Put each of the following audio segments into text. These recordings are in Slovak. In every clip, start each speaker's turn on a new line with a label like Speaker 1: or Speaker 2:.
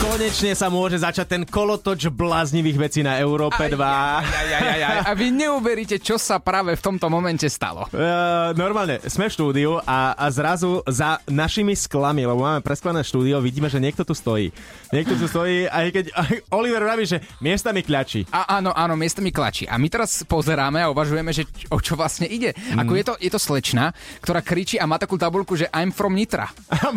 Speaker 1: Konečne sa môže začať ten kolotoč bláznivých vecí na Európe E, 2.
Speaker 2: Aj, aj, aj, aj. A vy neuveríte, čo sa práve v tomto momente stalo.
Speaker 1: Uh, normálne, sme v štúdiu a, a zrazu za našimi sklami, lebo máme presklené štúdio, vidíme, že niekto tu stojí. Niekto tu stojí, aj keď aj Oliver vraví, že miestami kľačí.
Speaker 2: A, áno, áno, miestami klačí. A my teraz pozeráme a uvažujeme, že č- o čo vlastne ide. Ako je, to, je to slečna, ktorá kričí a má takú tabulku, že I'm from Nitra.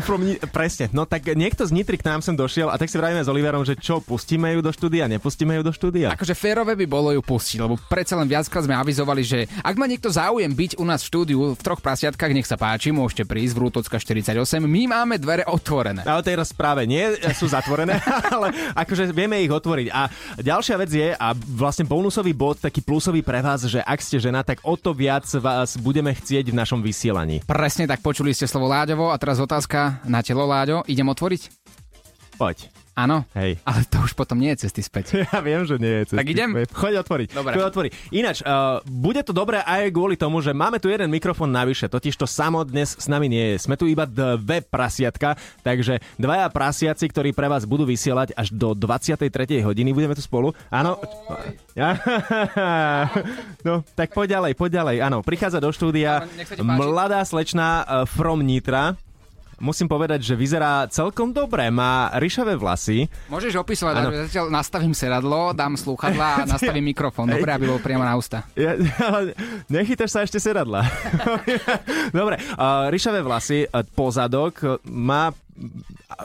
Speaker 1: From Ni- Presne, no tak niekto z Nitry k nám sem došiel a tak si vravíme s Oliverom, že čo, pustíme ju do štúdia, nepustíme ju do štúdia.
Speaker 2: Akože férové by bolo ju pustiť, lebo predsa len viackrát sme avizovali, že ak má niekto záujem byť u nás v štúdiu v troch prasiatkách, nech sa páči, môžete prísť v Rútocka 48, my máme dvere otvorené.
Speaker 1: Ale teraz práve nie, sú zatvorené, ale akože vieme ich otvoriť. A ďalšia vec je, a vlastne bonusový bod, taký plusový pre vás, že ak ste žena, tak o to viac vás budeme chcieť v našom vysielaní.
Speaker 2: Presne tak počuli ste slovo Láďovo a teraz otázka na telo Láďo, idem otvoriť?
Speaker 1: Poď.
Speaker 2: Áno,
Speaker 1: Hej.
Speaker 2: ale to už potom nie je cesty späť.
Speaker 1: Ja viem, že nie je cesty.
Speaker 2: Tak idem?
Speaker 1: späť. Choď otvoriť.
Speaker 2: Dobre.
Speaker 1: Choď otvoriť. Ináč, uh, bude to dobré aj kvôli tomu, že máme tu jeden mikrofón navyše, totiž to samo dnes s nami nie je. Sme tu iba dve prasiatka, takže dvaja prasiaci, ktorí pre vás budú vysielať až do 23. hodiny. Budeme tu spolu. Áno. Ja. No, tak poď ďalej, poď ďalej. Áno, prichádza do štúdia
Speaker 2: Áno, nech sa ti páči.
Speaker 1: mladá slečná uh, from Nitra. Musím povedať, že vyzerá celkom dobre. Má ryšavé vlasy.
Speaker 2: Môžeš opisovať, ale zatiaľ nastavím sedadlo, dám slúchadla a nastavím mikrofón. Dobre, aby bol priamo na ústa.
Speaker 1: Ja, ale nechytáš sa ešte sedadla. Dobre, uh, ryšavé vlasy, uh, pozadok, uh, má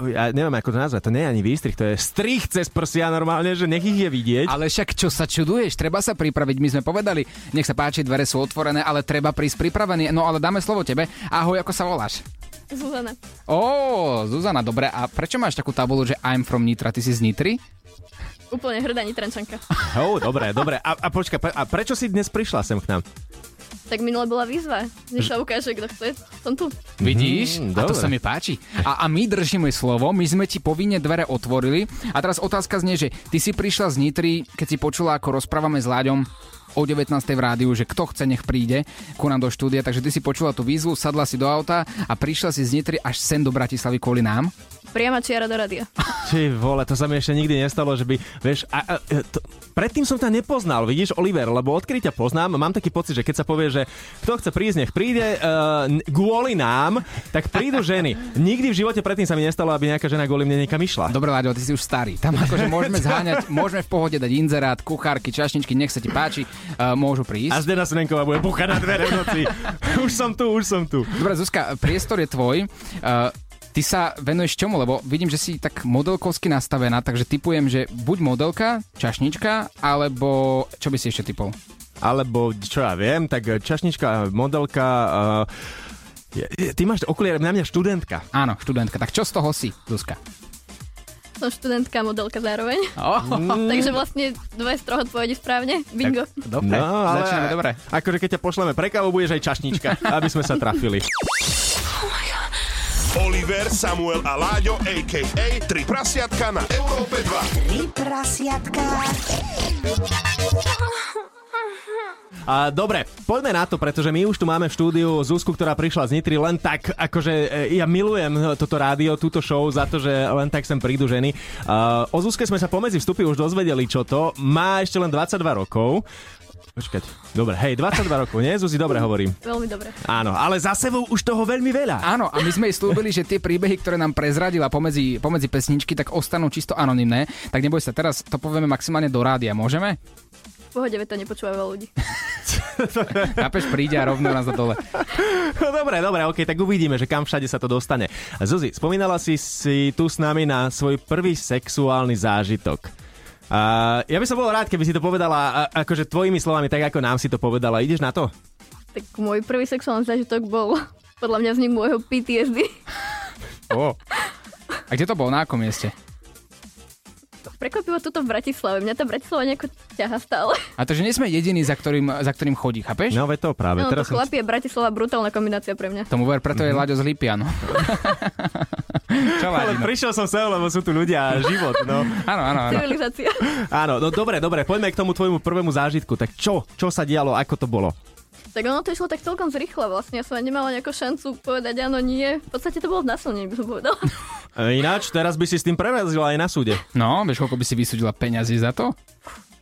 Speaker 1: ja neviem, ako to nazvať, to nie je ani výstrih, to je strih cez prsia normálne, že nech ich je vidieť.
Speaker 2: Ale však čo sa čuduješ, treba sa pripraviť. My sme povedali, nech sa páči, dvere sú otvorené, ale treba prísť pripravený. No ale dáme slovo tebe. Ahoj, ako sa voláš?
Speaker 3: Zuzana.
Speaker 2: Ó, Zuzana, dobre. A prečo máš takú tabulu, že I'm from Nitra, ty si z Nitry?
Speaker 3: Úplne hrdá nitrančanka.
Speaker 1: Oh, dobre, dobre. A, a počka, pre- a prečo si dnes prišla sem k nám?
Speaker 3: Tak minule bola výzva. Nech sa ukáže, kto chce. Som tu.
Speaker 2: Vidíš?
Speaker 1: Mhm,
Speaker 2: a to
Speaker 1: dobre.
Speaker 2: sa mi páči. A, a my držíme slovo, my sme ti povinne dvere otvorili. A teraz otázka znie, že ty si prišla z Nitry, keď si počula, ako rozprávame s Láďom o 19. v rádiu, že kto chce, nech príde ku nám do štúdia. Takže ty si počula tú výzvu, sadla si do auta a prišla si z Nitry až sem do Bratislavy kvôli nám.
Speaker 3: Priama čiara do rádia.
Speaker 1: Ty vole, to sa mi ešte nikdy nestalo, že by, vieš, a, a, e, to, predtým som ťa nepoznal, vidíš, Oliver, lebo odkedy ťa poznám, mám taký pocit, že keď sa povie, že kto chce prísť, nech príde uh, kvôli nám, tak prídu ženy. Nikdy v živote predtým sa mi nestalo, aby nejaká žena kvôli mne niekam išla.
Speaker 2: Dobre, Láďo, ty si už starý. Tam akože môžeme zháňať, môžeme v pohode dať inzerát, kuchárky, čašničky, nech sa ti páči, uh, môžu
Speaker 1: A
Speaker 2: prísť.
Speaker 1: Zdena Srenková bude buchať na dvere v noci. už som tu, už som tu.
Speaker 2: Dobre, Zuzka, priestor je tvoj. Uh, ty sa venuješ čomu? Lebo vidím, že si tak modelkovsky nastavená, takže typujem, že buď modelka, čašnička, alebo čo by si ešte typol?
Speaker 1: Alebo, čo ja viem, tak e, čašnička, modelka, uh, je- je- ty máš okuliare, na mňa študentka.
Speaker 2: Áno, študentka. Tak čo z toho si, Zuzka?
Speaker 3: Som študentka, modelka zároveň.
Speaker 2: Oh,
Speaker 1: Mm.
Speaker 3: Takže vlastne dve z troch odpovedí správne. Bingo.
Speaker 2: dobre, ale... začíname dobre.
Speaker 1: No, Akože keď ťa pošleme pre kávu, budeš aj čašnička, aby sme sa trafili.
Speaker 4: Oliver, Samuel a Láďo, a.k.a. Tri prasiatka na Európe 2.
Speaker 5: Tri prasiatka.
Speaker 1: A, dobre, poďme na to, pretože my už tu máme v štúdiu Zuzku, ktorá prišla z Nitry len tak, akože e, ja milujem e, toto rádio, túto show za to, že len tak sem prídu ženy. A, o Zuzke sme sa pomedzi vstupy už dozvedeli, čo to. Má ešte len 22 rokov. Počkať, dobre, hej, 22 rokov, nie? Zuzi, dobre hovorím.
Speaker 3: Veľmi dobre.
Speaker 1: Áno, ale za sebou už toho veľmi veľa.
Speaker 2: Áno, a my sme jej slúbili, že tie príbehy, ktoré nám prezradila pomedzi, pomedzi pesničky, tak ostanú čisto anonymné. Tak neboj sa, teraz to povieme maximálne do rádia, môžeme?
Speaker 3: V pohode veď to nepočúva veľa ľudí.
Speaker 2: Chápeš, príde a rovno nás na dole.
Speaker 1: No, Dobre, dobre, ok, tak uvidíme, že kam všade sa to dostane. Zuzi, spomínala si si tu s nami na svoj prvý sexuálny zážitok. A ja by som bol rád, keby si to povedala a- akože tvojimi slovami, tak ako nám si to povedala. Ideš na to?
Speaker 3: Tak môj prvý sexuálny zážitok bol podľa mňa vznik môjho PTSD.
Speaker 1: O.
Speaker 2: A kde to bolo? Na akom mieste?
Speaker 3: prekvapivo tuto v Bratislave. Mňa tá Bratislava nejako ťaha stále.
Speaker 2: A to, že nie sme jediní, za ktorým, za ktorým chodí, chápeš? No.
Speaker 1: No ve to práve.
Speaker 3: No, to
Speaker 1: Teraz som...
Speaker 3: chlapie Bratislava brutálna kombinácia pre mňa.
Speaker 2: Tomu ver, preto je
Speaker 1: Mhm.
Speaker 2: Láďo z Lipianu. Čo
Speaker 1: Ale
Speaker 2: Láďino?
Speaker 1: prišiel som sem, lebo sú tu ľudia a život. No.
Speaker 2: Áno, áno, áno.
Speaker 3: Civilizácia.
Speaker 1: Áno, no dobre, dobre, poďme k tomu tvojmu prvému zážitku. Tak čo, čo sa dialo, ako to bolo?
Speaker 3: Tak ono to išlo tak celkom zrýchlo vlastne. Ja som ani nemala nejakú šancu povedať áno, nie. V podstate to bolo znásilnenie, by som povedala.
Speaker 1: E, Ináč, teraz by si s tým prerazila aj na súde.
Speaker 2: No, vieš, koľko by si vysúdila peňazí za to?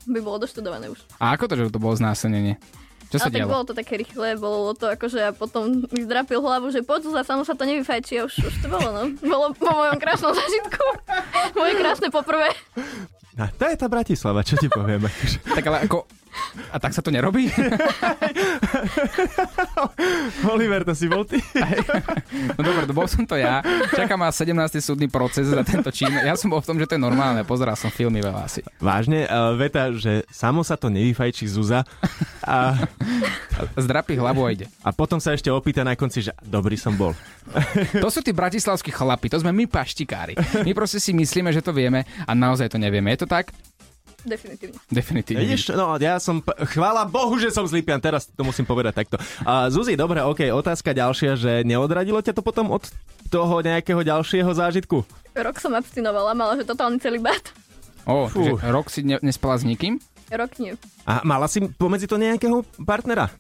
Speaker 3: by bolo doštudované už.
Speaker 2: A ako to, že to bolo znásilnenie? Čo sa
Speaker 3: Ale tak
Speaker 2: dialo?
Speaker 3: bolo to také rýchle, bolo to akože a potom mi zdrapil hlavu, že poď za samo sa to nevyfajčí a už, už to bolo, no. Bolo po mojom krásnom zažitku. Moje krásne poprvé.
Speaker 1: A to je tá Bratislava, čo ti poviem. akože.
Speaker 2: Tak ale ako... A tak sa to nerobí?
Speaker 1: Oliver, to si bol ty.
Speaker 2: No dobre, to bol som to ja. Čaká ma 17. súdny proces za tento čin. Ja som bol v tom, že to je normálne. Pozeral som filmy veľa asi.
Speaker 1: Vážne, e, veta, že samo sa to nevyfajčí Zuza a,
Speaker 2: Zdrapí hlavu a ide.
Speaker 1: a potom sa ešte opýta na konci, že dobrý som bol.
Speaker 2: To sú tí bratislavskí chlapi, to sme my paštikári. My proste si myslíme, že to vieme a naozaj to nevieme. Je to tak?
Speaker 3: Definitívne.
Speaker 2: Definitívne.
Speaker 1: Vidíš, no ja som, p- chvála Bohu, že som z Lipian, teraz to musím povedať takto. A Zuzi, dobre, ok, otázka ďalšia, že neodradilo ťa to potom od toho nejakého ďalšieho zážitku?
Speaker 3: Rok som abstinovala, mala, že totálny celibát.
Speaker 2: Ó,
Speaker 1: Fú.
Speaker 2: takže rok si ne- nespala s nikým?
Speaker 3: Rok nie.
Speaker 1: A mala si pomedzi to nejakého partnera?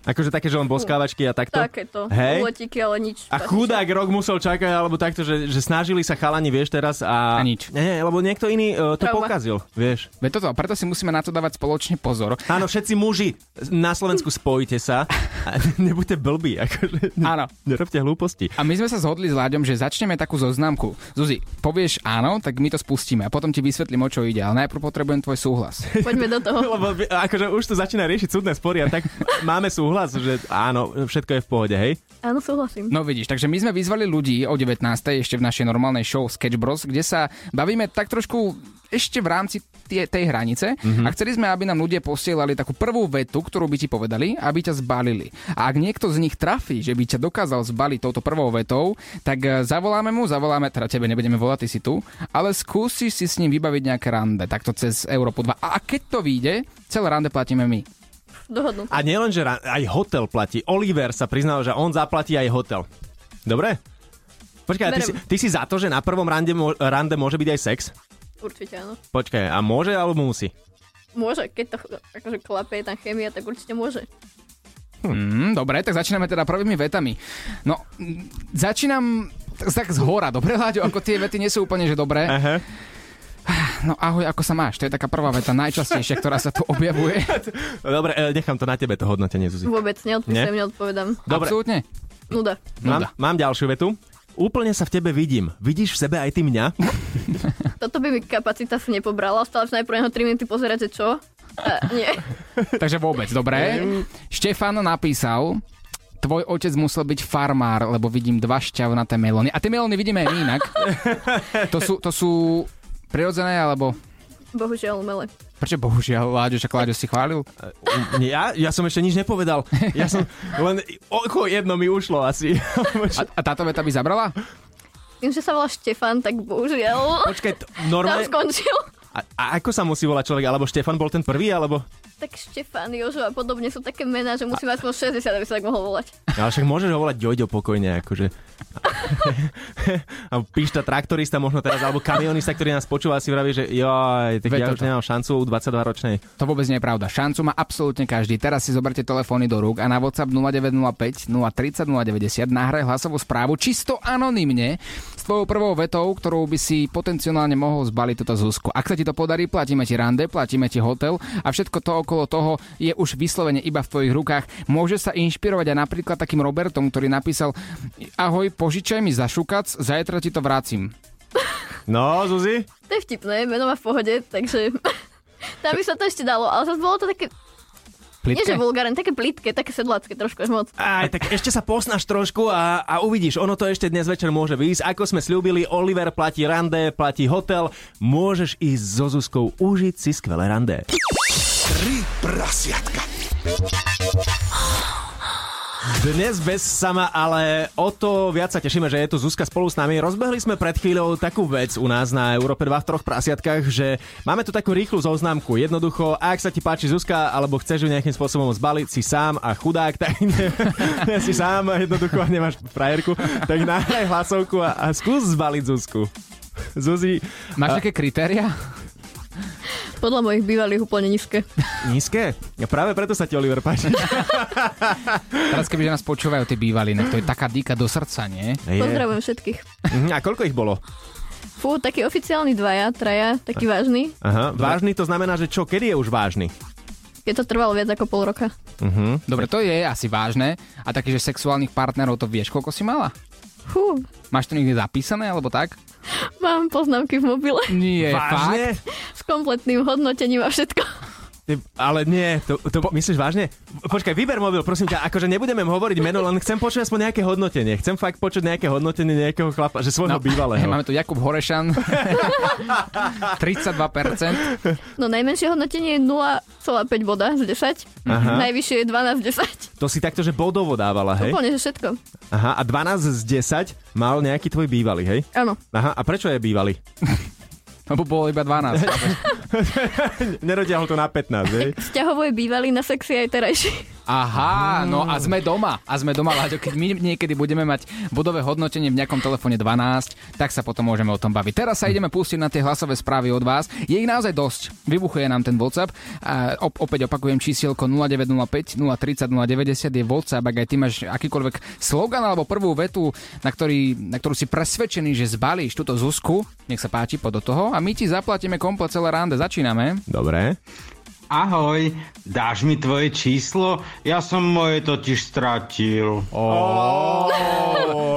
Speaker 1: Akože také, že len boskávačky a takto?
Speaker 3: Takéto.
Speaker 1: Hej.
Speaker 3: Ulotíky, ale nič.
Speaker 1: A chudák rok musel čakať, alebo takto, že, že snažili sa chalani, vieš, teraz a...
Speaker 2: A nič.
Speaker 1: Nie, nie, lebo niekto iný uh, to
Speaker 3: Trauma.
Speaker 1: pokazil, vieš.
Speaker 2: Veď toto, a preto si musíme na to dávať spoločne pozor.
Speaker 1: Áno, všetci muži na Slovensku spojite sa a nebuďte blbí, akože ne-
Speaker 2: Áno.
Speaker 1: nerobte hlúposti.
Speaker 2: A my sme sa zhodli s Láďom, že začneme takú zoznamku. Zuzi, povieš áno, tak my to spustíme a potom ti vysvetlím, o čo ide, ale najprv potrebujem tvoj súhlas.
Speaker 3: Poďme do toho.
Speaker 1: Lebo vi- akože už to začína riešiť súdne spory a tak máme súhlas, že áno, všetko je v pohode, hej?
Speaker 3: Áno, súhlasím.
Speaker 2: No vidíš, takže my sme vyzvali ľudí o 19. ešte v našej normálnej show Sketch Bros, kde sa bavíme tak trošku ešte v rámci tie, tej hranice mm-hmm. a chceli sme, aby nám ľudia posielali takú prvú vetu, ktorú by ti povedali, aby ťa zbalili. A ak niekto z nich trafí, že by ťa dokázal zbaliť touto prvou vetou, tak eh, zavoláme mu, zavoláme, teda tebe nebudeme volať, ty si tu, ale skúsiš si s ním vybaviť nejaké rande, takto cez Európu 2. A a keď to vyjde, celé rande platíme my.
Speaker 3: Dohodnú.
Speaker 1: A nielen, že ra- aj hotel platí. Oliver sa priznal, že on zaplatí aj hotel. Dobre? Počkaj, a ty si,
Speaker 3: Berem.
Speaker 1: ty si za to, že na prvom rande, mo- rande môže byť aj sex?
Speaker 3: Určite áno.
Speaker 1: Počkaj, a môže alebo musí?
Speaker 3: Môže, keď to ch- akože klape, je tam chémia, tak určite môže.
Speaker 2: Mm, dobre, tak začíname teda prvými vetami. No, mm, začínam t- tak z hora, dobre, Láďo, ako tie vety nie sú úplne, že dobré.
Speaker 1: Aha.
Speaker 2: No ahoj, ako sa máš? To je taká prvá veta, najčastejšia, ktorá sa tu objavuje.
Speaker 1: Dobre, e, nechám to na tebe, to hodnotenie, Zuzi.
Speaker 3: Vôbec neodpíšem, neodpovedám.
Speaker 1: Dobre.
Speaker 2: Absolútne.
Speaker 3: Nuda.
Speaker 1: Mám,
Speaker 2: nuda.
Speaker 1: mám ďalšiu vetu. Úplne sa v tebe vidím. Vidíš v sebe aj ty mňa?
Speaker 3: Toto by mi kapacita si nepobrala. Ostala som najprv neho 3 minúty pozerať, že čo? A, nie.
Speaker 2: Takže vôbec, dobre. Štefan napísal, tvoj otec musel byť farmár, lebo vidím dva šťavnaté melóny. A tie melóny vidíme aj my inak. To sú, to sú prirodzené, alebo...
Speaker 3: Bohužiaľ, umele.
Speaker 2: Prečo bohužiaľ, Láďo, však Láďo si chválil?
Speaker 1: Ja, ja som ešte nič nepovedal. Ja som len oko jedno mi ušlo asi.
Speaker 2: A, a táto veta by zabrala?
Speaker 3: Tým, že sa volá Štefan, tak bohužiaľ.
Speaker 1: Počkaj, t-
Speaker 3: Tam
Speaker 1: normálne...
Speaker 3: skončil.
Speaker 1: A, a ako sa musí volať človek? Alebo Štefan bol ten prvý, alebo...
Speaker 3: Tak Štefan, Jožo a podobne sú také mená, že musí mať aspoň 60, aby sa tak mohol volať.
Speaker 1: No, Ale však môžeš ho volať Joďo pokojne, akože. A píšta traktorista možno teraz, alebo kamionista, ktorý nás počúva, si vraví, že joj, tak
Speaker 2: Veď
Speaker 1: ja
Speaker 2: toto.
Speaker 1: už nemám šancu u 22-ročnej.
Speaker 2: To vôbec nie je pravda. Šancu má absolútne každý. Teraz si zoberte telefóny do rúk a na WhatsApp 0905 030 090 nahraj hlasovú správu čisto anonymne s tvojou prvou vetou, ktorou by si potenciálne mohol zbaliť túto Zuzku. Ak sa ti to podarí, platíme ti rande, platíme ti hotel a všetko to okolo toho je už vyslovene iba v tvojich rukách. Môže sa inšpirovať aj napríklad takým Robertom, ktorý napísal Ahoj, požičaj mi zašukac, zajtra ti to vrátim.
Speaker 1: No, Zuzi?
Speaker 3: To je vtipné, meno má v pohode, takže... Tam by sa to ešte dalo, ale zase bolo to také, nie že
Speaker 2: Plitké?
Speaker 3: vulgárne, také plitké, také sedlácké trošku až moc.
Speaker 1: Aj, tak ešte sa posnaž trošku a, a uvidíš, ono to ešte dnes večer môže výjsť. Ako sme slúbili, Oliver platí rande, platí hotel, môžeš ísť so Zuzkou užiť si skvelé rande.
Speaker 6: Tri prasiatka.
Speaker 1: Dnes bez sama, ale o to viac sa tešíme, že je tu Zuzka spolu s nami. Rozbehli sme pred chvíľou takú vec u nás na Európe 2 v troch prasiatkách, že máme tu takú rýchlu zoznamku. Jednoducho, ak sa ti páči Zuzka, alebo chceš ju nejakým spôsobom zbaliť, si sám a chudák, tak ne, ne, si sám a jednoducho a nemáš frajerku, tak nahraj hlasovku a, a skús zbaliť Zuzku. Zuzi,
Speaker 2: Máš také kritéria?
Speaker 3: Podľa mojich bývalých úplne nízke.
Speaker 1: nízke? Ja práve preto sa ti Oliver páči.
Speaker 2: Teraz kebyže nás počúvajú tie bývalí, no to je taká dýka do srdca, nie?
Speaker 1: Je.
Speaker 3: Pozdravujem všetkých.
Speaker 1: Mhm, A koľko ich bolo?
Speaker 3: Fú, taký oficiálny dvaja, traja, taký vážny.
Speaker 1: Aha, vážny to znamená, že čo, kedy je už vážny?
Speaker 3: Keď to trvalo viac ako pol roka.
Speaker 2: Dobre, to je asi vážne. A taký, že sexuálnych partnerov to vieš, koľko si mala?
Speaker 3: Fú,
Speaker 2: Máš to niekde zapísané, alebo tak?
Speaker 3: mám poznámky v mobile
Speaker 2: Nie, fakt?
Speaker 1: Vážne?
Speaker 3: s kompletným hodnotením a všetko.
Speaker 1: Ty, ale nie, to, to po... myslíš vážne? Počkaj, vyber mobil, prosím ťa, akože nebudeme hovoriť meno, len chcem počuť aspoň nejaké hodnotenie. Chcem fakt počuť nejaké hodnotenie nejakého chlapa, že svojho no, bývalého.
Speaker 2: Máme tu Jakub Horešan. 32%.
Speaker 3: No najmenšie hodnotenie je 0,5 boda z 10.
Speaker 1: Aha.
Speaker 3: Najvyššie je 12 z 10.
Speaker 1: To si takto, že bodovo dávala, hej?
Speaker 3: Úplne, že všetko.
Speaker 1: Aha, a 12 z 10 mal nejaký tvoj bývalý, hej?
Speaker 3: Áno.
Speaker 1: Aha, a prečo je bývalý?
Speaker 2: Lebo No, bolo iba 12.
Speaker 1: Nerotiahol to na 15, hej?
Speaker 3: Vzťahovo je bývalý na sexy aj terajší.
Speaker 2: Aha, no a sme doma. A sme doma, Láďo. Keď my niekedy budeme mať bodové hodnotenie v nejakom telefóne 12, tak sa potom môžeme o tom baviť. Teraz sa ideme pustiť na tie hlasové správy od vás. Je ich naozaj dosť. Vybuchuje nám ten WhatsApp. A op- opäť opakujem čísielko 0905 030 090 je WhatsApp. Ak aj ty máš akýkoľvek slogan alebo prvú vetu, na, ktorý, na ktorú si presvedčený, že zbalíš túto Zuzku, nech sa páči, pod do toho. A my ti zaplatíme komplet celé rande. Začíname.
Speaker 1: Dobre.
Speaker 5: Ahoj, dáš mi tvoje číslo? Ja som moje totiž stratil.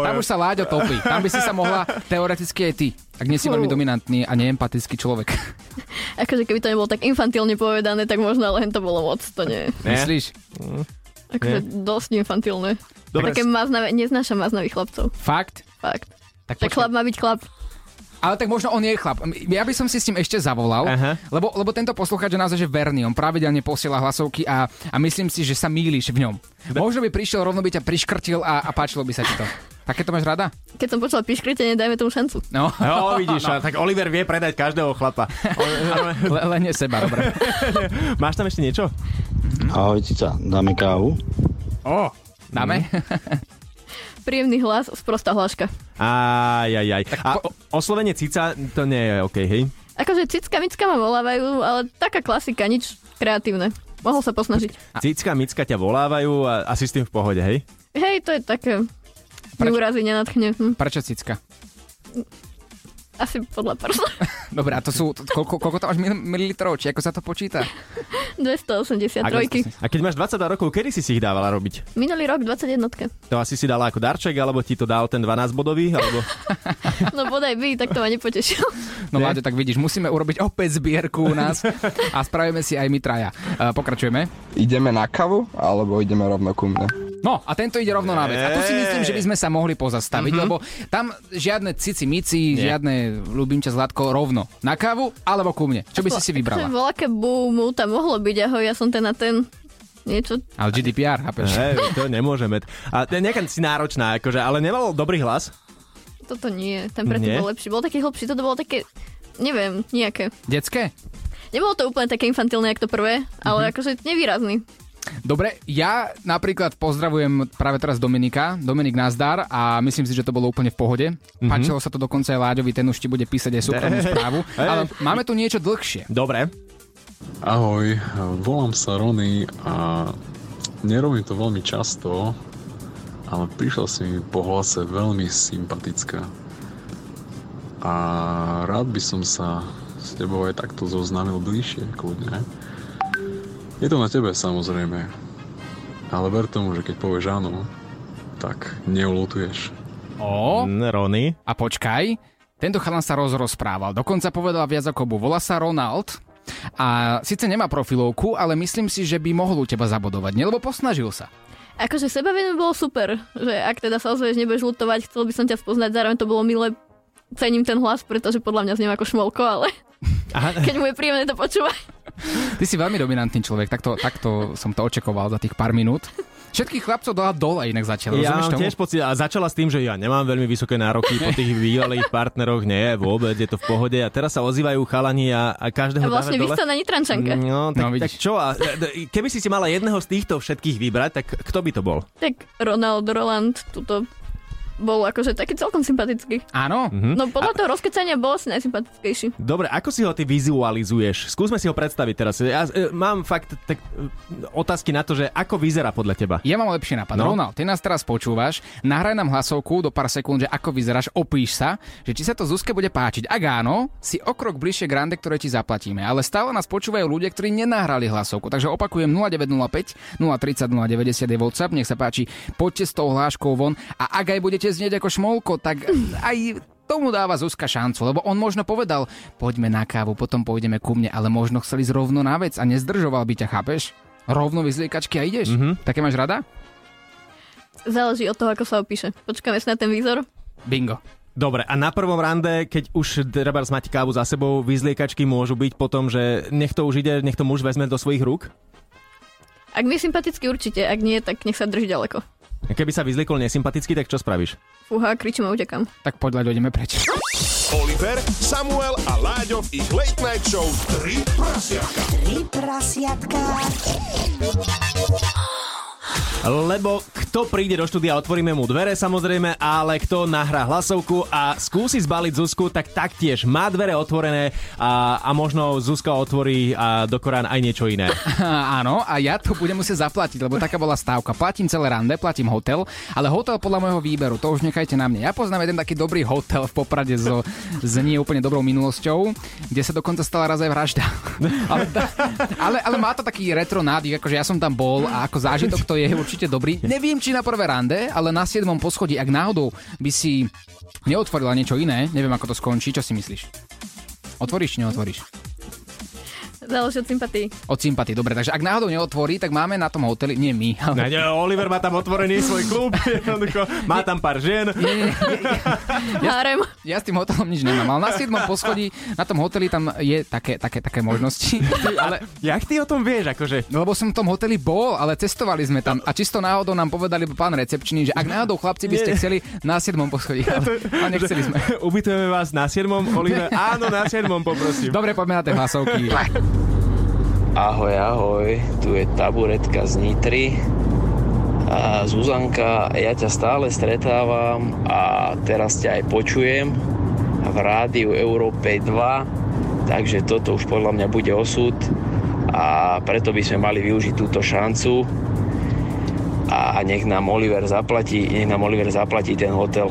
Speaker 2: Tam už sa Láďo topí. Tam by si sa mohla teoreticky aj ty. Ak nie si veľmi dominantný a neempatický človek.
Speaker 3: Akože keby to nebolo tak infantilne povedané, tak možno len to bolo moc, to nie.
Speaker 1: Ne.
Speaker 2: Myslíš?
Speaker 3: Akože dosť infantilné.
Speaker 1: Dobre,
Speaker 3: Také
Speaker 1: s-
Speaker 3: maznavé, neznášam maznavých chlapcov.
Speaker 2: Fakt?
Speaker 3: Fakt.
Speaker 2: Tak
Speaker 3: Tak chlap
Speaker 2: počkaj.
Speaker 3: má byť chlap.
Speaker 2: Ale tak možno on je chlap. Ja by som si s tým ešte zavolal,
Speaker 1: Aha.
Speaker 2: lebo, lebo tento poslucháč je naozaj že verný. On pravidelne posiela hlasovky a, a myslím si, že sa mýliš v ňom. Možno by prišiel, rovno by ťa priškrtil a, a páčilo by sa ti to. Také to máš rada?
Speaker 3: Keď som počula piškritenie, dajme tomu šancu.
Speaker 2: No.
Speaker 1: No, vidíš, no. tak Oliver vie predať každého chlapa.
Speaker 2: Le, len nie seba, dobre.
Speaker 1: Máš tam ešte niečo?
Speaker 7: Ahoj, cica, dáme kávu?
Speaker 2: O, dáme?
Speaker 1: Mhm.
Speaker 3: Príjemný hlas, sprostá hláška.
Speaker 1: Aj, aj, aj. A
Speaker 2: po-
Speaker 1: o- oslovenie cica, to nie je OK, hej?
Speaker 3: Akože cicka, micka ma volávajú, ale taká klasika, nič kreatívne. Mohol sa posnažiť.
Speaker 1: Cicka, Micka ťa volávajú a asi s tým v pohode, hej?
Speaker 3: Hej, to je také... Neúrazí, nenatchne. Hm.
Speaker 2: Prečo cicka?
Speaker 3: Asi podľa parla.
Speaker 2: Dobre, a to sú, to, koľko, koľko to máš mil- mililitrov? Či ako sa to počíta?
Speaker 3: 283.
Speaker 1: A keď máš 22 rokov, kedy si si ich dávala robiť?
Speaker 3: Minulý rok 21.
Speaker 1: To asi si dala ako darček, alebo ti to dal ten 12-bodový? Alebo...
Speaker 3: No bodaj by, tak to ma nepotešilo.
Speaker 2: No Láďo, tak vidíš, musíme urobiť opäť zbierku u nás a spravíme si aj my traja. E, pokračujeme.
Speaker 8: Ideme na kavu, alebo ideme rovno ku mne?
Speaker 2: No a tento ide rovno na vec. A tu si myslím, že by sme sa mohli pozastaviť,
Speaker 8: Mhm.
Speaker 2: mm-hmm. lebo tam žiadne cici mici,
Speaker 1: Nie.
Speaker 2: žiadne ľubím ťa Zlatko, rovno na kavu alebo ku mne. Čo by si si
Speaker 3: Akože
Speaker 2: vybrala?
Speaker 3: Voľaké boomu tam mohlo byť, ahoj, ja som ten a ten. Niečo.
Speaker 2: Ale GDPR, chápeš?
Speaker 1: Hej, to nemôžeme. A to je nejaká si náročná, akože, ale nemal dobrý hlas.
Speaker 3: Toto nie, ten
Speaker 1: Nie?
Speaker 3: predtým bol lepší. Bol taký hlbší, toto bolo také, neviem, nejaké.
Speaker 2: Detské?
Speaker 3: Nebolo to úplne také infantilné, jak to
Speaker 2: Mhm.
Speaker 3: prvé, ale akože nevýrazný.
Speaker 2: Dobre, ja napríklad pozdravujem práve teraz Dominika. Dominik Nazdar a myslím si, že to bolo úplne v pohode.
Speaker 1: Mhm.
Speaker 2: Mm-hmm. Páčilo sa to dokonca aj Láďovi, ten už ti bude písať aj súkromnú správu. Ale máme tu niečo dlhšie.
Speaker 1: Dobre.
Speaker 9: Ahoj, volám sa Rony a nerobím to veľmi často, ale prišla si mi po hlase veľmi sympatická. A rád by som sa s tebou aj takto zoznámil bližšie, kľudne. Je to na tebe samozrejme, ale ver tomu, že keď povieš áno, tak neulutuješ.
Speaker 2: O,
Speaker 1: Mm, Rony.
Speaker 2: A počkaj, tento chalan sa rozrozprával, dokonca povedal viac ako bu. Volá sa Ronald a síce nemá profilovku, ale myslím si, že by mohol u teba zabodovať, nie? Lebo posnažil sa.
Speaker 3: Akože sebavedomie bolo super, že ak teda sa ozveš, nebudeš lutovať, chcel by som ťa spoznať, zároveň to bolo milé, cením ten hlas, pretože podľa mňa znem ako šmolko, ale
Speaker 1: Aha,
Speaker 3: keď mu je príjemné to počúvať.
Speaker 2: Ty si veľmi dominantný človek, takto, takto som to očakoval za tých pár minút. Všetkých chlapcov dala dole inak začal.
Speaker 1: Ja
Speaker 2: rozumieš
Speaker 1: mám
Speaker 2: tomu?
Speaker 1: tiež pocit, a začala s tým, že ja nemám veľmi vysoké nároky po tých bývalých partneroch, nie, vôbec, je to v pohode. A teraz sa ozývajú chalani a, a
Speaker 3: A
Speaker 1: každého
Speaker 3: vlastne
Speaker 1: dáme
Speaker 3: vy
Speaker 1: No, dole.
Speaker 3: ste na Nitrančanke.
Speaker 1: No, tak,
Speaker 2: No,
Speaker 1: no,
Speaker 2: vidíš.
Speaker 1: tak čo? A, d- keby si si mala jedného z týchto všetkých vybrať, tak kto by to bol?
Speaker 3: Tak Ronald Roland tuto bol akože taký celkom sympatický.
Speaker 2: Áno?
Speaker 1: Mhm.
Speaker 3: No podľa toho rozkecania bol asi najsympatickejší.
Speaker 1: Dobre, ako si ho ty vizualizuješ? Skúsme si ho predstaviť teraz. Ja e, mám fakt tak, e, otázky na to, že ako vyzerá podľa teba?
Speaker 2: Ja mám lepší nápad. No?
Speaker 1: No.
Speaker 2: Ronald, ty nás teraz počúvaš, nahraj nám hlasovku do pár sekúnd, že ako vyzeráš, opíš sa, že či sa to Zuzke bude páčiť. Ak áno, si o krok bližšie grande, ktoré ti zaplatíme. Ale stále nás počúvajú ľudia, ktorí nenahrali hlasovku. Takže opakujem 0905 030 090 je WhatsApp, nech sa páči, poďte s tou hláškou von a ak aj budete znieť ako šmolko, tak aj tomu dáva Zuzka šancu, lebo on možno povedal, poďme na kávu, potom pôjdeme ku mne, ale možno chceli ísť rovno na vec a nezdržoval by ťa, chápeš? Rovno vyzliekačky a ideš? Mm-hmm. Také máš rada?
Speaker 3: Záleží od toho, ako sa opíše. Počkáme si na ten výzor.
Speaker 2: Bingo.
Speaker 1: Dobre, a na prvom rande, keď už treba máte kávu za sebou, vyzliekačky môžu byť potom, že nech to už ide, nech to muž vezme do svojich rúk?
Speaker 3: Ak mi je sympatický určite, ak nie, tak nech sa drží ďaleko.
Speaker 1: Keby sa vyzlikol nesympaticky, tak čo spravíš?
Speaker 3: Fúha, kričím a utekám.
Speaker 2: Tak poď, Laďo, ideme preč.
Speaker 6: Oliver, Samuel a Láďo v ich Late Night Show 3 prasiatka.
Speaker 1: Lebo kto príde do štúdia, otvoríme mu dvere samozrejme, ale kto nahrá hlasovku a skúsi zbaliť Zuzku, tak taktiež má dvere otvorené a, a možno Zuzka otvorí a dokorán aj niečo iné.
Speaker 2: Áno, a ja to budem musieť zaplatiť, lebo taká bola stávka. Platím celé rande, platím hotel, ale hotel podľa môjho výberu, to už nechajte na mne. Ja poznám jeden taký dobrý hotel v Poprade so, s nie úplne dobrou minulosťou, kde sa dokonca stala raz aj vražda. ale, ale, ale má to taký retro nádych, akože ja som tam bol a ako zážitok to je určite dobrý. Neviem, či na prvé rande, ale na 7. poschodí, ak náhodou by si neotvorila niečo iné, neviem, ako to skončí, čo si myslíš? Otvoríš či neotvoríš?
Speaker 3: Záleží od sympatii.
Speaker 2: Od sympatie, dobre, takže ak náhodou neotvorí, tak máme na tom hoteli, nie my, ale
Speaker 1: Ne, ne, Oliver má tam otvorený svoj klub, jednoducho, má tam pár žien.
Speaker 3: Hárem.
Speaker 2: ja s tým hotelom nič nemám, ale na 7. poschodí, na tom hoteli tam je také, také, také možnosti, ale
Speaker 1: Jak ty o tom vieš, akože?
Speaker 2: No, lebo som v tom hoteli bol, ale cestovali sme tam a čisto náhodou nám povedali pán recepčný, že ak náhodou chlapci by ste
Speaker 1: Nie.
Speaker 2: chceli na 7. poschodí, ale, ale nechceli sme.
Speaker 1: Ubytujeme vás na 7. Oliver, áno, na 7. poprosím.
Speaker 2: Dobre, poďme na tie hlasovky.
Speaker 10: Ahoj, ahoj, tu je taburetka z Nitry. A Zuzanka, ja ťa stále stretávam a teraz ťa aj počujem v rádiu Európe 2, takže toto už podľa mňa bude osud a preto by sme mali využiť túto šancu a nech nám Oliver zaplatí, nech nám Oliver zaplatí ten hotel.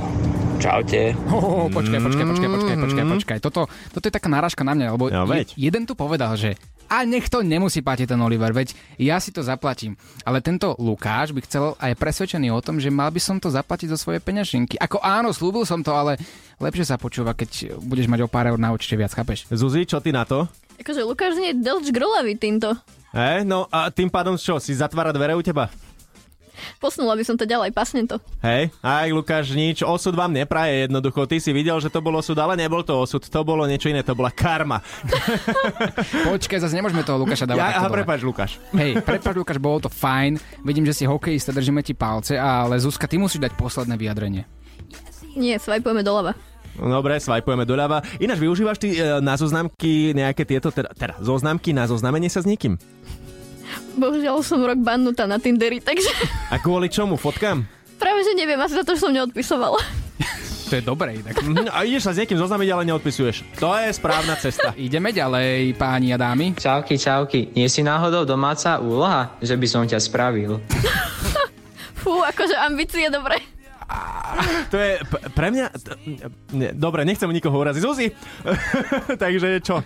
Speaker 10: Čaute.
Speaker 2: Ho, ho, ho, počkaj, počkaj, počkaj, počkaj, počkaj, počkaj. Toto, toto je taká náražka na mňa, lebo
Speaker 1: Mm-hmm. No,
Speaker 2: je-
Speaker 1: veď.
Speaker 2: jeden tu povedal, že a nech to nemusí platiť ten Oliver, veď ja si to zaplatím. Ale tento Lukáš by chcel a je presvedčený o tom, že mal by som to zaplatiť zo svojej peňaženky. Ako áno, slúbil som to, ale lepšie sa počúva, keď budeš mať o pár eur na určite viac, chápeš?
Speaker 1: Zuzi, čo ty na to?
Speaker 3: Akože Lukáš nie je dlč grolavý týmto.
Speaker 1: E, no a tým pádom čo, si zatvára dvere u teba?
Speaker 3: Posunula by som to ďalej, pasne to.
Speaker 1: Hej, aj Lukáš, nič, osud vám nepraje jednoducho. Ty si videl, že to bol osud, ale nebol to osud, to bolo niečo iné, to bola karma.
Speaker 2: Počkaj, zase nemôžeme toho Lukáša dávať.
Speaker 1: Ja,
Speaker 2: takto
Speaker 1: aha,
Speaker 2: dole.
Speaker 1: prepáč, Lukáš.
Speaker 2: Hej, prepáč Lukáš, bolo to fajn. Vidím, že si hokejista, držíme ti palce, ale Zuzka, ty musíš dať posledné vyjadrenie.
Speaker 3: Nie, svajpujeme doľava.
Speaker 1: Dobre, svajpujeme doľava. Ináč, využívaš ty e, na zoznamky nejaké tieto, teda, teda zoznamky na zoznamenie sa s niekým?
Speaker 3: Bohužiaľ som rok bannutá na Tinderi, takže
Speaker 1: A kvôli čomu? Fotkám?
Speaker 3: práve že neviem, asi za to, že som neodpisovala.
Speaker 2: To je dobré inak.
Speaker 1: Mhm, A ideš sa s niekým zoznamiť, ale neodpisuješ. To je správna cesta.
Speaker 2: Ideme ďalej, páni a dámy.
Speaker 10: Čauky, čauky. Nie si náhodou domáca úloha, že by som ťa spravil?
Speaker 3: Fú, akože ambície, dobre.
Speaker 1: To je p- pre mňa... t- ne, dobre, nechcem nikoho uraziť. Zuzi! Takže čo?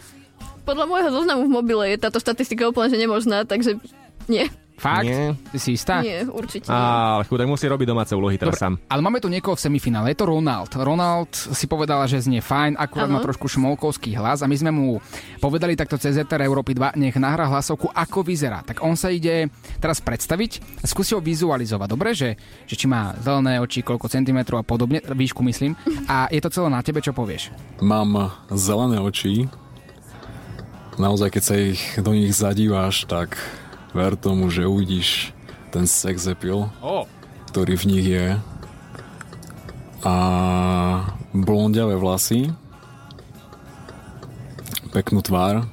Speaker 3: Podľa môjho zoznamu v mobile je táto štatistika úplne že nemožná, takže nie,
Speaker 2: Fakt?
Speaker 1: Nie.
Speaker 2: Ty si istá?
Speaker 3: nie,
Speaker 1: Á,
Speaker 3: určite. nie.
Speaker 1: ale chudák musí robiť domáce úlohy teraz sám.
Speaker 2: Ale máme tu niekoho v semifinále, je to Ronald. Ronald si povedala, že znie fajn, akurát má
Speaker 3: Áno.
Speaker 2: trošku šmolkovský hlas a my sme mu povedali takto cez Eter Európy 2, nech nahrá hlasovku, ako vyzerá. Tak on sa ide teraz predstaviť, a skúsi ho vizualizovať, dobre? Že, že či má zelené oči, koľko centimetrov a podobne, výšku myslím. A je to celé na tebe, čo povieš.
Speaker 9: Mám zelené oči. Naozaj, keď sa ich do nich zadíváš, tak ver tomu, že uvidíš ten sex appeal,
Speaker 2: Oh.
Speaker 9: ktorý v nich je. A blondiavé vlasy, peknú tvár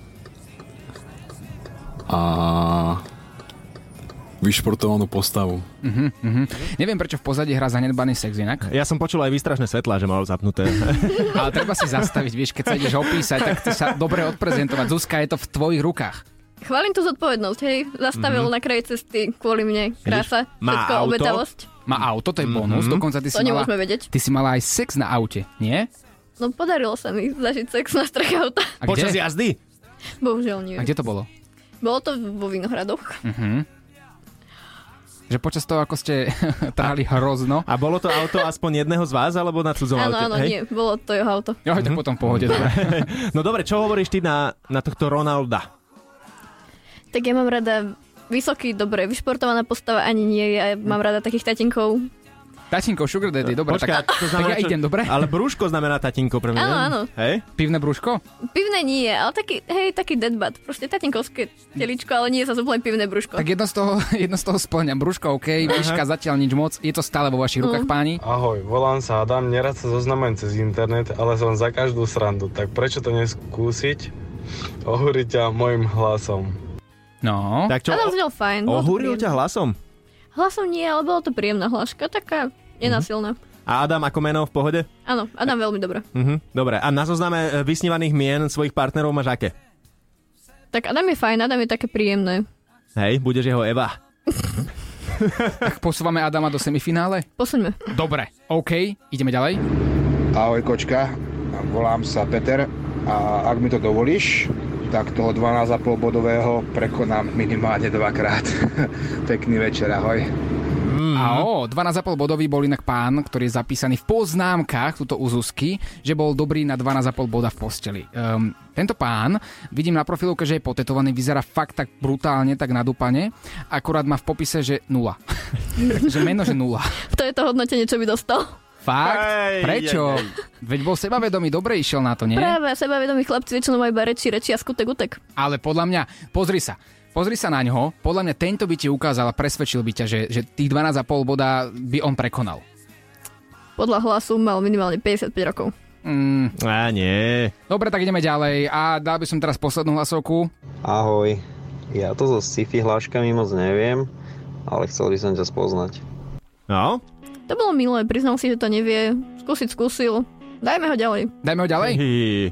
Speaker 9: a vyšportovanú postavu.
Speaker 2: Mhm, mhm. Neviem, prečo v pozadí hrá zanedbaný sex inak.
Speaker 1: Ja som počul aj výstražné svetla, že mal zapnuté.
Speaker 2: Ale treba si zastaviť, vieš, keď sa ideš opísať, tak chceš sa dobre odprezentovať. Zuzka, je to v tvojich rukách.
Speaker 3: Chválim tú zodpovednosť, hej. Zastavil
Speaker 2: Mhm.
Speaker 3: na kraji cesty kvôli mne. Krása,
Speaker 2: Má
Speaker 3: všetko
Speaker 2: auto?
Speaker 3: obetavosť.
Speaker 2: Má auto, to je bonus,
Speaker 3: Mhm.
Speaker 2: dokonca ty
Speaker 3: To
Speaker 2: si mala...
Speaker 3: nemôžeme vedieť.
Speaker 2: Ty si mala aj sex na aute, nie?
Speaker 3: No podarilo sa mi zažiť sex na streche auta.
Speaker 2: A Počas kde?
Speaker 1: jazdy?
Speaker 3: Bohužiaľ nie.
Speaker 2: A kde to bolo?
Speaker 3: Bolo to vo Vinohradoch.
Speaker 2: Mhm. Že počas toho, ako ste trhali hrozno.
Speaker 1: A bolo to auto aspoň jedného z vás, alebo na cudzom
Speaker 3: Áno,
Speaker 1: aute?
Speaker 3: áno,
Speaker 1: hej?
Speaker 3: nie. Bolo to jeho auto.
Speaker 2: Jo,
Speaker 1: Mhm.
Speaker 2: tak potom v pohode, dobre.
Speaker 1: No dobre, čo hovoríš ty na, na tohto Ronalda?
Speaker 3: Tak ja mám rada vysoký, dobre, vyšportovaná postava ani nie. Ja mám rada takých tatinkov.
Speaker 2: Tatinko, sugar daddy, dobre,
Speaker 1: Počkaj,
Speaker 2: tak,
Speaker 1: to
Speaker 2: tak
Speaker 1: znamená,
Speaker 2: ja
Speaker 1: čo-
Speaker 2: idem, dobre?
Speaker 1: Ale brúško znamená tatinko pre mňa.
Speaker 3: Áno,
Speaker 1: nie?
Speaker 3: áno.
Speaker 1: Hej?
Speaker 2: Pivné brúško?
Speaker 3: Pivné nie, ale taký, hej, taký deadbat. Proste tatinkovské teličko, ale nie je sa úplne pivné brúško.
Speaker 2: Tak jedno z toho, jedno z toho splňa. Brúško, OK, výška zatiaľ nič moc. Je to stále vo vašich
Speaker 3: Mhm.
Speaker 2: rukách, páni.
Speaker 11: Ahoj, volám sa Adam, nerad sa zoznamujem cez internet, ale som za každú srandu, tak prečo to neskúsiť? Ohúri ťa mojim hlasom.
Speaker 2: No.
Speaker 1: Tak
Speaker 3: Adam znel fajn. bolo to
Speaker 1: Ohúril
Speaker 3: príjemné.
Speaker 1: ťa hlasom?
Speaker 3: Hlasom nie, ale bolo to príjemná hláška, taká nenasilná.
Speaker 1: A Adam ako meno v pohode?
Speaker 3: Áno, Adam veľmi dobre.
Speaker 1: Mhm, dobre. A na zozname e, vysnívaných mien svojich partnerov máš aké?
Speaker 3: Tak Adam je fajn, Adam je také príjemné.
Speaker 1: Hej, budeš jeho Eva.
Speaker 2: Tak posúvame Adama do semifinále?
Speaker 3: Posuňme.
Speaker 2: Dobre, OK, ideme ďalej.
Speaker 12: Ahoj kočka, volám sa Peter a ak mi to dovolíš, tak toho 12,5 bodového prekonám minimálne dvakrát. Pekný večer, ahoj.
Speaker 2: Mm. A o, 12,5 bodový bol inak pán, ktorý je zapísaný v poznámkach, tuto u Zuzky, že bol dobrý na 12,5 boda v posteli. Um, tento pán, vidím na profilovke, že je potetovaný, vyzerá fakt tak brutálne, tak nadúpane, akurát má v popise, že nula. Takže meno, že nula.
Speaker 3: To je to hodnotenie, čo by dostal.
Speaker 2: Fakt?
Speaker 3: Ej,
Speaker 2: Prečo?
Speaker 3: ej,
Speaker 2: Veď bol sebavedomý, dobre išiel na to, nie?
Speaker 3: Práve sebavedomí chlapci väčšinou majú iba reči, reči a skutek utek.
Speaker 2: Ale podľa mňa, pozri sa, pozri sa na ňoho, podľa mňa tento by ti ukázal a presvedčil by ťa, že, že tých 12,5 boda by on prekonal.
Speaker 3: Podľa hlasu mal minimálne 55 rokov.
Speaker 2: Mm.
Speaker 1: A nie.
Speaker 2: Dobre, tak ideme ďalej a dal by som teraz poslednú hlasovku.
Speaker 13: Ahoj, ja to so sci-fi hláškami moc neviem, ale chcel by som ťa spoznať.
Speaker 1: No?
Speaker 3: To bolo milé, priznal si, že to nevie. Skúsiť skúsil. Dajme ho ďalej.
Speaker 2: Dajme ho ďalej?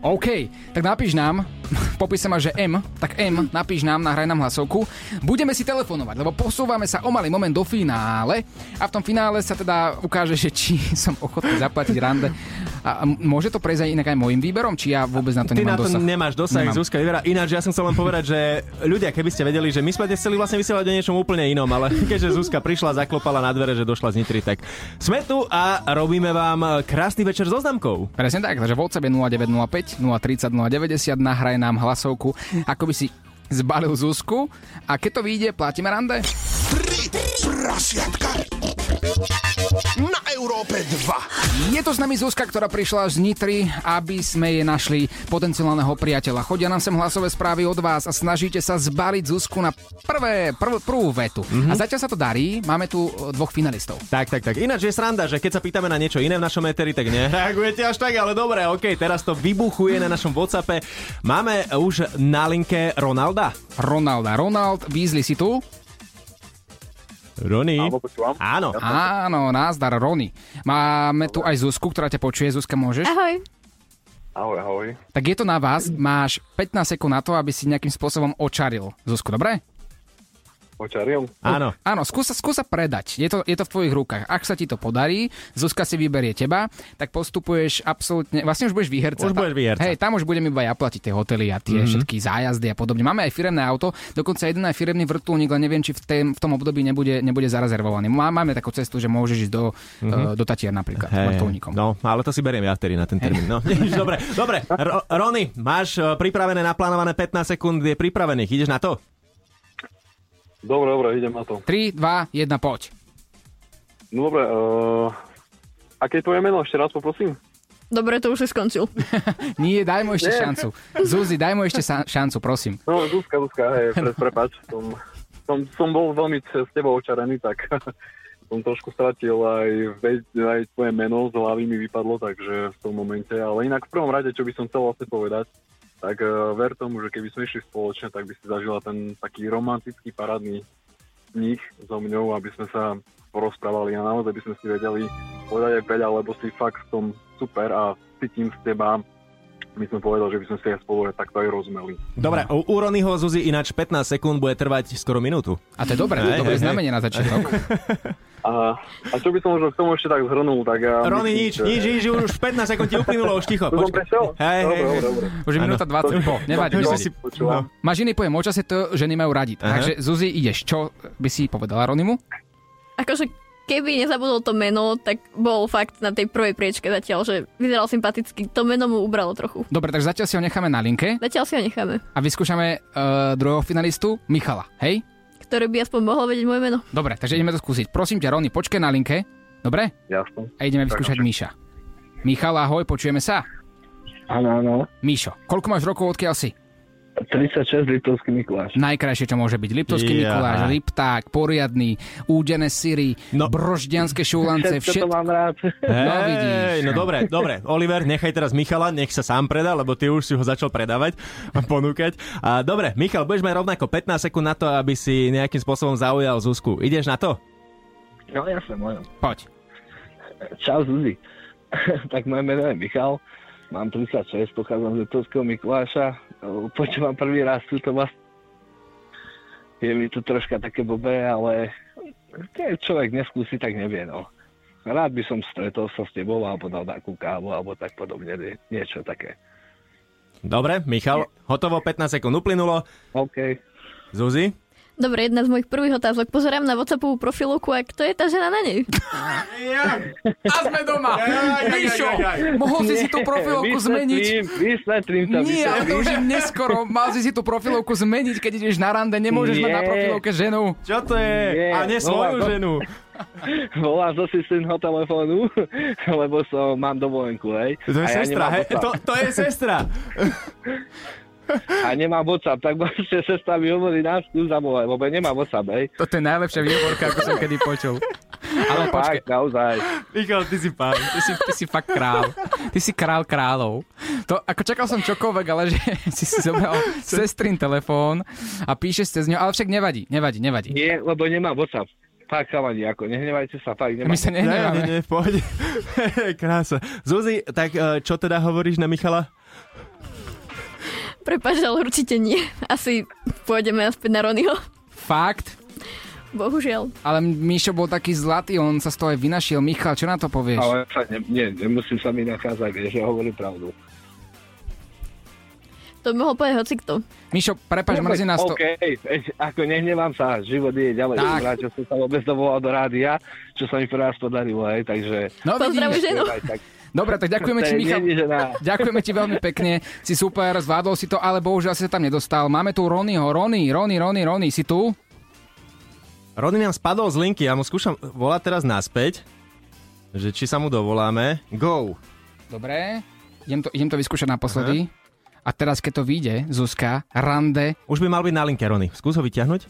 Speaker 2: OK, tak napíš nám, v popise má, že M, tak M, napíš nám, nahraj nám hlasovku. Budeme si telefonovať, lebo posúvame sa o malý moment do finále a v tom finále sa teda ukáže, že či som ochotný zaplatiť rande. A m- môže to prejsť aj inak aj môjim výberom, či ja vôbec na to
Speaker 1: Ty na
Speaker 2: nemám
Speaker 1: to
Speaker 2: dosah?
Speaker 1: nemáš dosah,
Speaker 2: Nemám.
Speaker 1: Zuzka Ivera. Ináč, ja som chcel len povedať, že ľudia, keby ste vedeli, že my sme dnes chceli vlastne vysielať o niečom úplne inom, ale keďže Zuzka prišla, zaklopala na dvere, že došla z Nitry, tak sme tu a robíme vám krásny večer so známkou.
Speaker 2: Presne tak, takže WhatsApp je 0905 030 090, nahraj nám hlasovku, ako by si zbalil Zuzku a keď to vyjde, platíme rande.
Speaker 6: Prasiatka na Európe 2.
Speaker 2: Je tu s nami Zuzka, ktorá prišla z Nitry, aby sme jej našli potenciálneho priateľa. Chodia nám sem hlasové správy od vás a snažíte sa zbaliť Zuzku na prvé, prv, prvú vetu. Mm-hmm. A zatiaľ sa to darí, máme tu e, dvoch finalistov.
Speaker 1: Tak, tak, tak. Ináč je sranda, že keď sa pýtame na niečo iné v našom éteri, tak nereagujete až tak, ale dobre, OK, teraz to vybuchuje na našom WhatsAppe. Máme už na linke Ronalda.
Speaker 2: Ronalda, Ronald, Weasley si tu?
Speaker 1: Rony.
Speaker 2: Áno,
Speaker 14: počúvam.
Speaker 1: Áno.
Speaker 2: Áno, názdar, Rony. Máme tu aj Zuzku, ktorá ťa počuje. Zuzka, môžeš?
Speaker 3: Ahoj.
Speaker 14: Ahoj, ahoj.
Speaker 2: Tak je to na vás, máš 15 sekúnd na to, aby si nejakým spôsobom očaril Zuzku, dobre?
Speaker 14: Očaril?
Speaker 1: Áno.
Speaker 2: Áno, skúsa, skúsa predať. Je to, je to v tvojich rukách. Ak sa ti to podarí, Zuzka si vyberie teba, tak postupuješ absolútne... Vlastne už budeš výherca.
Speaker 1: Už budeš výherca.
Speaker 2: Hej, tam už budem iba ja platiť tie hotely a
Speaker 1: Mhm.
Speaker 2: tie mm-hmm. všetky zájazdy a podobne. Máme aj firemné auto, dokonca jeden aj firemný vrtulník, len neviem, či v, tém, v tom období nebude, nebude zarezervovaný. Má, máme takú cestu, že môžeš ísť do,
Speaker 1: Mhm.
Speaker 2: mm-hmm. do Tatier napríklad.
Speaker 1: Hej,
Speaker 2: Hey.
Speaker 1: no, ale to si beriem ja vtedy na ten termín. No, nič, dobre, dobre. Ro- Rony, máš e, pripravené, naplánované 15 sekúnd, je pripravených. Ideš na to?
Speaker 14: Dobre, dobre, idem na to.
Speaker 2: 3, 2, 1, poď.
Speaker 14: No dobre, uh, aké je tvoje meno? Ešte raz poprosím.
Speaker 3: Dobre, to už si skončil.
Speaker 2: Nie, daj mu ešte
Speaker 14: Nie.
Speaker 2: šancu. Zuzi, daj mu ešte sa- šancu, prosím.
Speaker 14: No, Zuzka, Zuzka, hej, pre, prepač, som som, som bol veľmi c- s tebou očarený, tak som trošku stratil aj, ve- aj tvoje meno z hlavy mi vypadlo, takže v tom momente, ale inak v prvom rade, čo by som chcel vlastne povedať, tak uh, ver tomu, že keby sme išli spoločne, tak by si zažila ten taký romantický parádny knih so mňou, aby sme sa porozprávali a naozaj by sme si vedeli povedať aj veľa, lebo si fakt v tom super a cítim z teba my sme povedali, že by sme si aj spolu aj takto aj rozumeli.
Speaker 1: Dobre, u, u Ronyho Zuzi ináč 15 sekúnd bude trvať skoro minútu.
Speaker 2: A to je dobré,
Speaker 1: Hej, hej,
Speaker 2: dobré znamenie
Speaker 1: hej.
Speaker 2: na začiatok.
Speaker 14: A, a čo by som možno k tomu ešte tak zhrnul, tak ja...
Speaker 1: Rony,
Speaker 14: myslím,
Speaker 1: nič,
Speaker 14: že-
Speaker 1: nič, nič, už 15 sekúnd ti uplynulo, už ticho.
Speaker 14: To som prešiel?
Speaker 1: Hej,
Speaker 14: Dobre,
Speaker 1: hej, hej.
Speaker 14: dobre, dobre.
Speaker 2: Už je
Speaker 1: Áno.
Speaker 2: minúta 20 po, nevadí.
Speaker 1: Už
Speaker 2: No.
Speaker 1: sme si-
Speaker 14: Počúvam.
Speaker 2: Máš iný pojem o čase, to ženy majú radi.
Speaker 1: Aha.
Speaker 2: Takže Zuzi, ideš, čo by si povedala Ronimu?
Speaker 3: Akože keby nezabudol to meno, tak bol fakt na tej prvej priečke zatiaľ, že vyzeral sympaticky. To meno mu ubralo trochu.
Speaker 2: Dobre, takže zatiaľ si ho necháme na linke
Speaker 3: Zatiaľ si ho necháme,
Speaker 2: a vyskúšame uh, druhého finalistu, Michala, hej?
Speaker 3: ktoré by aspoň mohlo vedieť moje meno.
Speaker 2: Dobre, takže ideme to skúsiť. Prosím ťa, Rony, počkaj na linke, dobre?
Speaker 14: Jasno.
Speaker 2: A ideme vyskúšať Míša. Michal, ahoj, počujeme sa?
Speaker 15: Áno, áno.
Speaker 2: Míšo, koľko máš rokov, odkiaľ si?
Speaker 15: 36 Liptovský Mikuláš.
Speaker 2: Najkrajšie, čo môže byť. Liptovský
Speaker 15: Ja.
Speaker 2: Mikuláš, Lipták, poriadny, údené syry, no. broždianské šulance,
Speaker 15: Všetko to
Speaker 2: všetko.
Speaker 15: mám rád.
Speaker 2: No vidíš.
Speaker 1: Hej, no dobre, dobre. Oliver, nechaj teraz Michala, nech sa sám predá, lebo ty už si ho začal predávať a ponúkať. A dobre, Michal, budeš mať rovnako 15 sekúnd na to, aby si nejakým spôsobom zaujal Zuzku. Ideš na to?
Speaker 15: No jasne, môžem.
Speaker 2: Poď.
Speaker 15: Čau Zuzi. tak moje meno je Michal, mám 36, pochádzam z Liptovského Mikuláša. Eh, Počúvam prvý raz túto vás. Je mi to troška také blbé, ale keď človek neskúsi, tak nevie, no. Rád by som stretol sa s tebou alebo dal takú kávu alebo tak podobne, nie- niečo také.
Speaker 1: Dobre, Michal, hotovo, 15 sekúnd uplynulo.
Speaker 15: OK.
Speaker 1: Zuzi?
Speaker 3: Dobre, jedna z mojich prvých otázok. Pozerám na WhatsAppovú profilovku a kto je tá žena na nej?
Speaker 2: A sme doma. Míšo, mohol si si tú profilovku zmeniť.
Speaker 15: vysvetlím, Vysvetlím to.
Speaker 2: Nie, to
Speaker 15: vysvetlím.
Speaker 2: už je neskoro. Mal si si tú profilovku zmeniť, keď ideš na rande. Nemôžeš mať na
Speaker 15: Nie.
Speaker 2: profilovke ženu.
Speaker 1: Čo to je? A nie svoju ženu.
Speaker 15: Volám zo systémho telefónu, lebo som, mám dovolenku, hej.
Speaker 1: To je
Speaker 15: A
Speaker 1: sestra,
Speaker 15: nemám
Speaker 1: hej,
Speaker 15: WhatsApp.
Speaker 1: to, to je sestra.
Speaker 15: A nemám WhatsApp, tak vlastne sestra mi hovorí nás tu zavolaj, lebo nemám WhatsApp, hej.
Speaker 2: To je najlepšia výborka, ako som kedy počul. Ale
Speaker 15: Fakt,
Speaker 2: počkaj.
Speaker 15: naozaj.
Speaker 1: Michal, ty si pán.
Speaker 2: Ty si, ty si fakt král. Ty si král kráľov. To, ako čakal som čokoľvek, ale že si si zobral sestrin telefón a píšeš cez ňo, ale však nevadí, nevadí, nevadí.
Speaker 15: Nie, lebo nemám WhatsApp. Fakt, chalani, ako, nehnevajte sa, fakt,
Speaker 2: My
Speaker 15: nemám.
Speaker 2: sa nehneváme.
Speaker 1: Nie, nie, v pohode. Krása. Zuzi, tak e, čo teda hovoríš na Michala?
Speaker 3: Prepač, ale určite nie. Asi pôjdeme naspäť na Ronyho.
Speaker 2: Fakt?
Speaker 3: Bohužiaľ.
Speaker 2: Ale Mišo bol taký zlatý, on sa z toho aj vynašiel. Michal, čo na to povieš?
Speaker 15: Ale sa ne, nie, nemusím sa mi nachádzať, vieš, že hovorím pravdu.
Speaker 3: To by mohol povedať hocikto.
Speaker 2: Mišo, prepač, mrzí nás to.
Speaker 15: OK, e, ako nehnevám sa, život je ďalej.
Speaker 2: Tak.
Speaker 15: Vrátil som sa vôbec dovolal do rádia, čo sa mi prvá podarilo, hej, takže...
Speaker 2: No, Pozdravuj vidíš. ženu.
Speaker 15: Tak,
Speaker 2: Dobre, tak ďakujeme
Speaker 15: To
Speaker 2: ti,
Speaker 15: je
Speaker 2: Michal.
Speaker 15: není žena.
Speaker 2: Ďakujeme ti veľmi pekne. Si super, zvládol si to, ale bohužiaľ si sa tam nedostal. Máme tu Ronyho. Rony, Rony, Rony, Rony, si tu?
Speaker 1: Rony nám spadol z linky, ja mu skúšam volať teraz naspäť, že či sa mu dovoláme. Go!
Speaker 2: Dobre, idem to, idem to vyskúšať naposledy. A teraz, keď to vyjde, Zuzka, rande.
Speaker 1: Už by mal byť na linke, Rony. Skús ho vyťahnuť.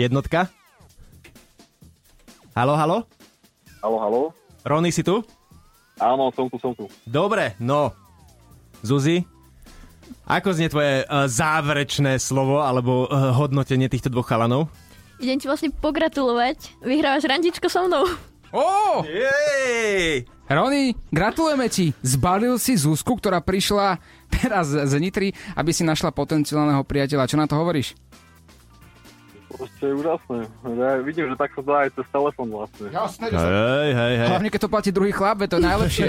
Speaker 1: Jednotka. Halo, halo?
Speaker 14: Halo, halo?
Speaker 1: Rony, si tu?
Speaker 14: Áno, som tu, som tu.
Speaker 1: Dobre, no. Zuzi, ako znie tvoje eh, záverečné slovo alebo eh, hodnotenie týchto dvoch chalanov?
Speaker 3: Idem ti vlastne pogratulovať. Vyhrávaš randičko so mnou.
Speaker 2: Ó!
Speaker 1: Jej!
Speaker 2: Rony, gratulujeme ti. Zbalil si Zuzku, ktorá prišla teraz z Nitry, aby si našla potenciálneho priateľa. Čo na to hovoríš?
Speaker 14: Proste je úžasné. Ja vidím, že tak sa dá aj cez telefón vlastne.
Speaker 2: Jasné,
Speaker 1: Hej, hej, hej.
Speaker 2: Hlavne, keď to platí druhý chlap, veď to je najlepšie.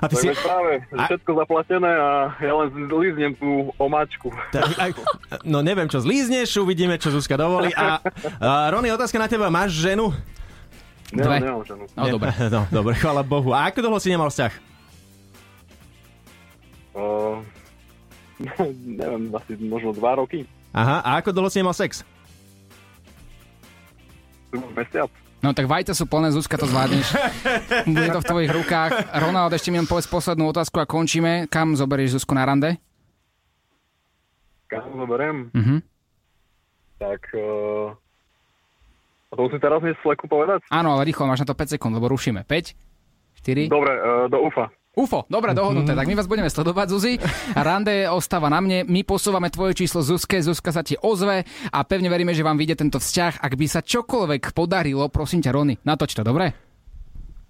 Speaker 1: A ty si...
Speaker 14: práve, že všetko zaplatené a ja len zlíznem tú omáčku.
Speaker 1: Tá, aj, no neviem, čo zlízneš, uvidíme, čo Zuzka dovolí. A, a Rony, otázka na teba. Máš ženu?
Speaker 14: Nemám, nemám ženu.
Speaker 1: Ne- No, dobre, chvála Bohu. A ako dlho si nemal vzťah?
Speaker 14: Uh, neviem, asi možno dva roky.
Speaker 1: Aha, a ako dlho si nemal sex?
Speaker 14: Mesiac.
Speaker 2: No tak vajta sú plné, Zuzka, to zvládneš. Bude to v tvojich rukách. Ronald, ešte mi len povedz poslednú otázku a končíme. Kam zoberieš Zuzku na rande?
Speaker 14: Kam zoberiem?
Speaker 2: Mhm.
Speaker 14: tak... Uh, a to musím teraz hneď sleku povedať?
Speaker 2: Áno, ale rýchlo, máš na to 5 sekúnd, lebo rušíme. 5, 4...
Speaker 14: Dobre, uh, do UFA.
Speaker 2: UFO, dobre, dohodnuté. Tak my vás budeme sledovať, Zuzi. Rande ostáva na mne. My posúvame tvoje číslo Zuzke, Zuzka sa ti ozve a pevne veríme, že vám vyjde tento vzťah. Ak by sa čokoľvek podarilo, prosím ťa, Rony, natoč to, dobre?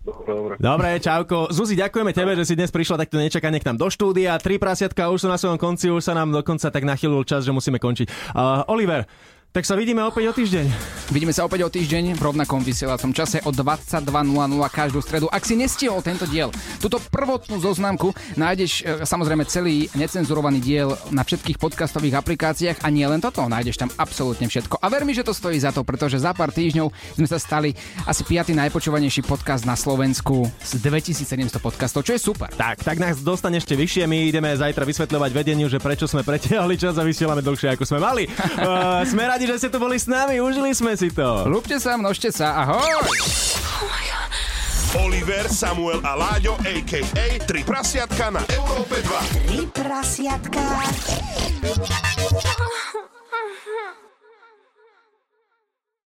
Speaker 14: Dobre.
Speaker 1: Dobre, čauko. Zuzi, ďakujeme tebe, že si dnes prišla takto nečakane k nám do štúdia. Tri prasiatka už sú na svojom konci, už sa nám dokonca tak nachylil čas, že musíme končiť. Uh, Oliver, tak sa vidíme opäť o týždeň.
Speaker 2: Vidíme sa opäť o týždeň v rovnakom vysielacom čase o 22.00 každú stredu. Ak si nestihol tento diel, túto prvotnú zoznamku nájdeš e, samozrejme celý necenzurovaný diel na všetkých podcastových aplikáciách a nie len toto, nájdeš tam absolútne všetko. A ver mi, že to stojí za to, pretože za pár týždňov sme sa stali asi 5. najpočúvanejší podcast na Slovensku z 2700 podcastov, čo je super.
Speaker 1: Tak, tak nás dostane ešte vyššie, my ideme zajtra vysvetľovať vedeniu, že prečo sme pretiahli čas a vysielame dlhšie, ako sme mali. Uh, sme radi, radi, že ste tu boli s nami, užili sme si to.
Speaker 2: Lúbte sa, množte sa, ahoj!
Speaker 6: Oliver, Samuel a Láďo, a.k.a. Tri prasiatka na Európe 2.
Speaker 16: Tri prasiatka.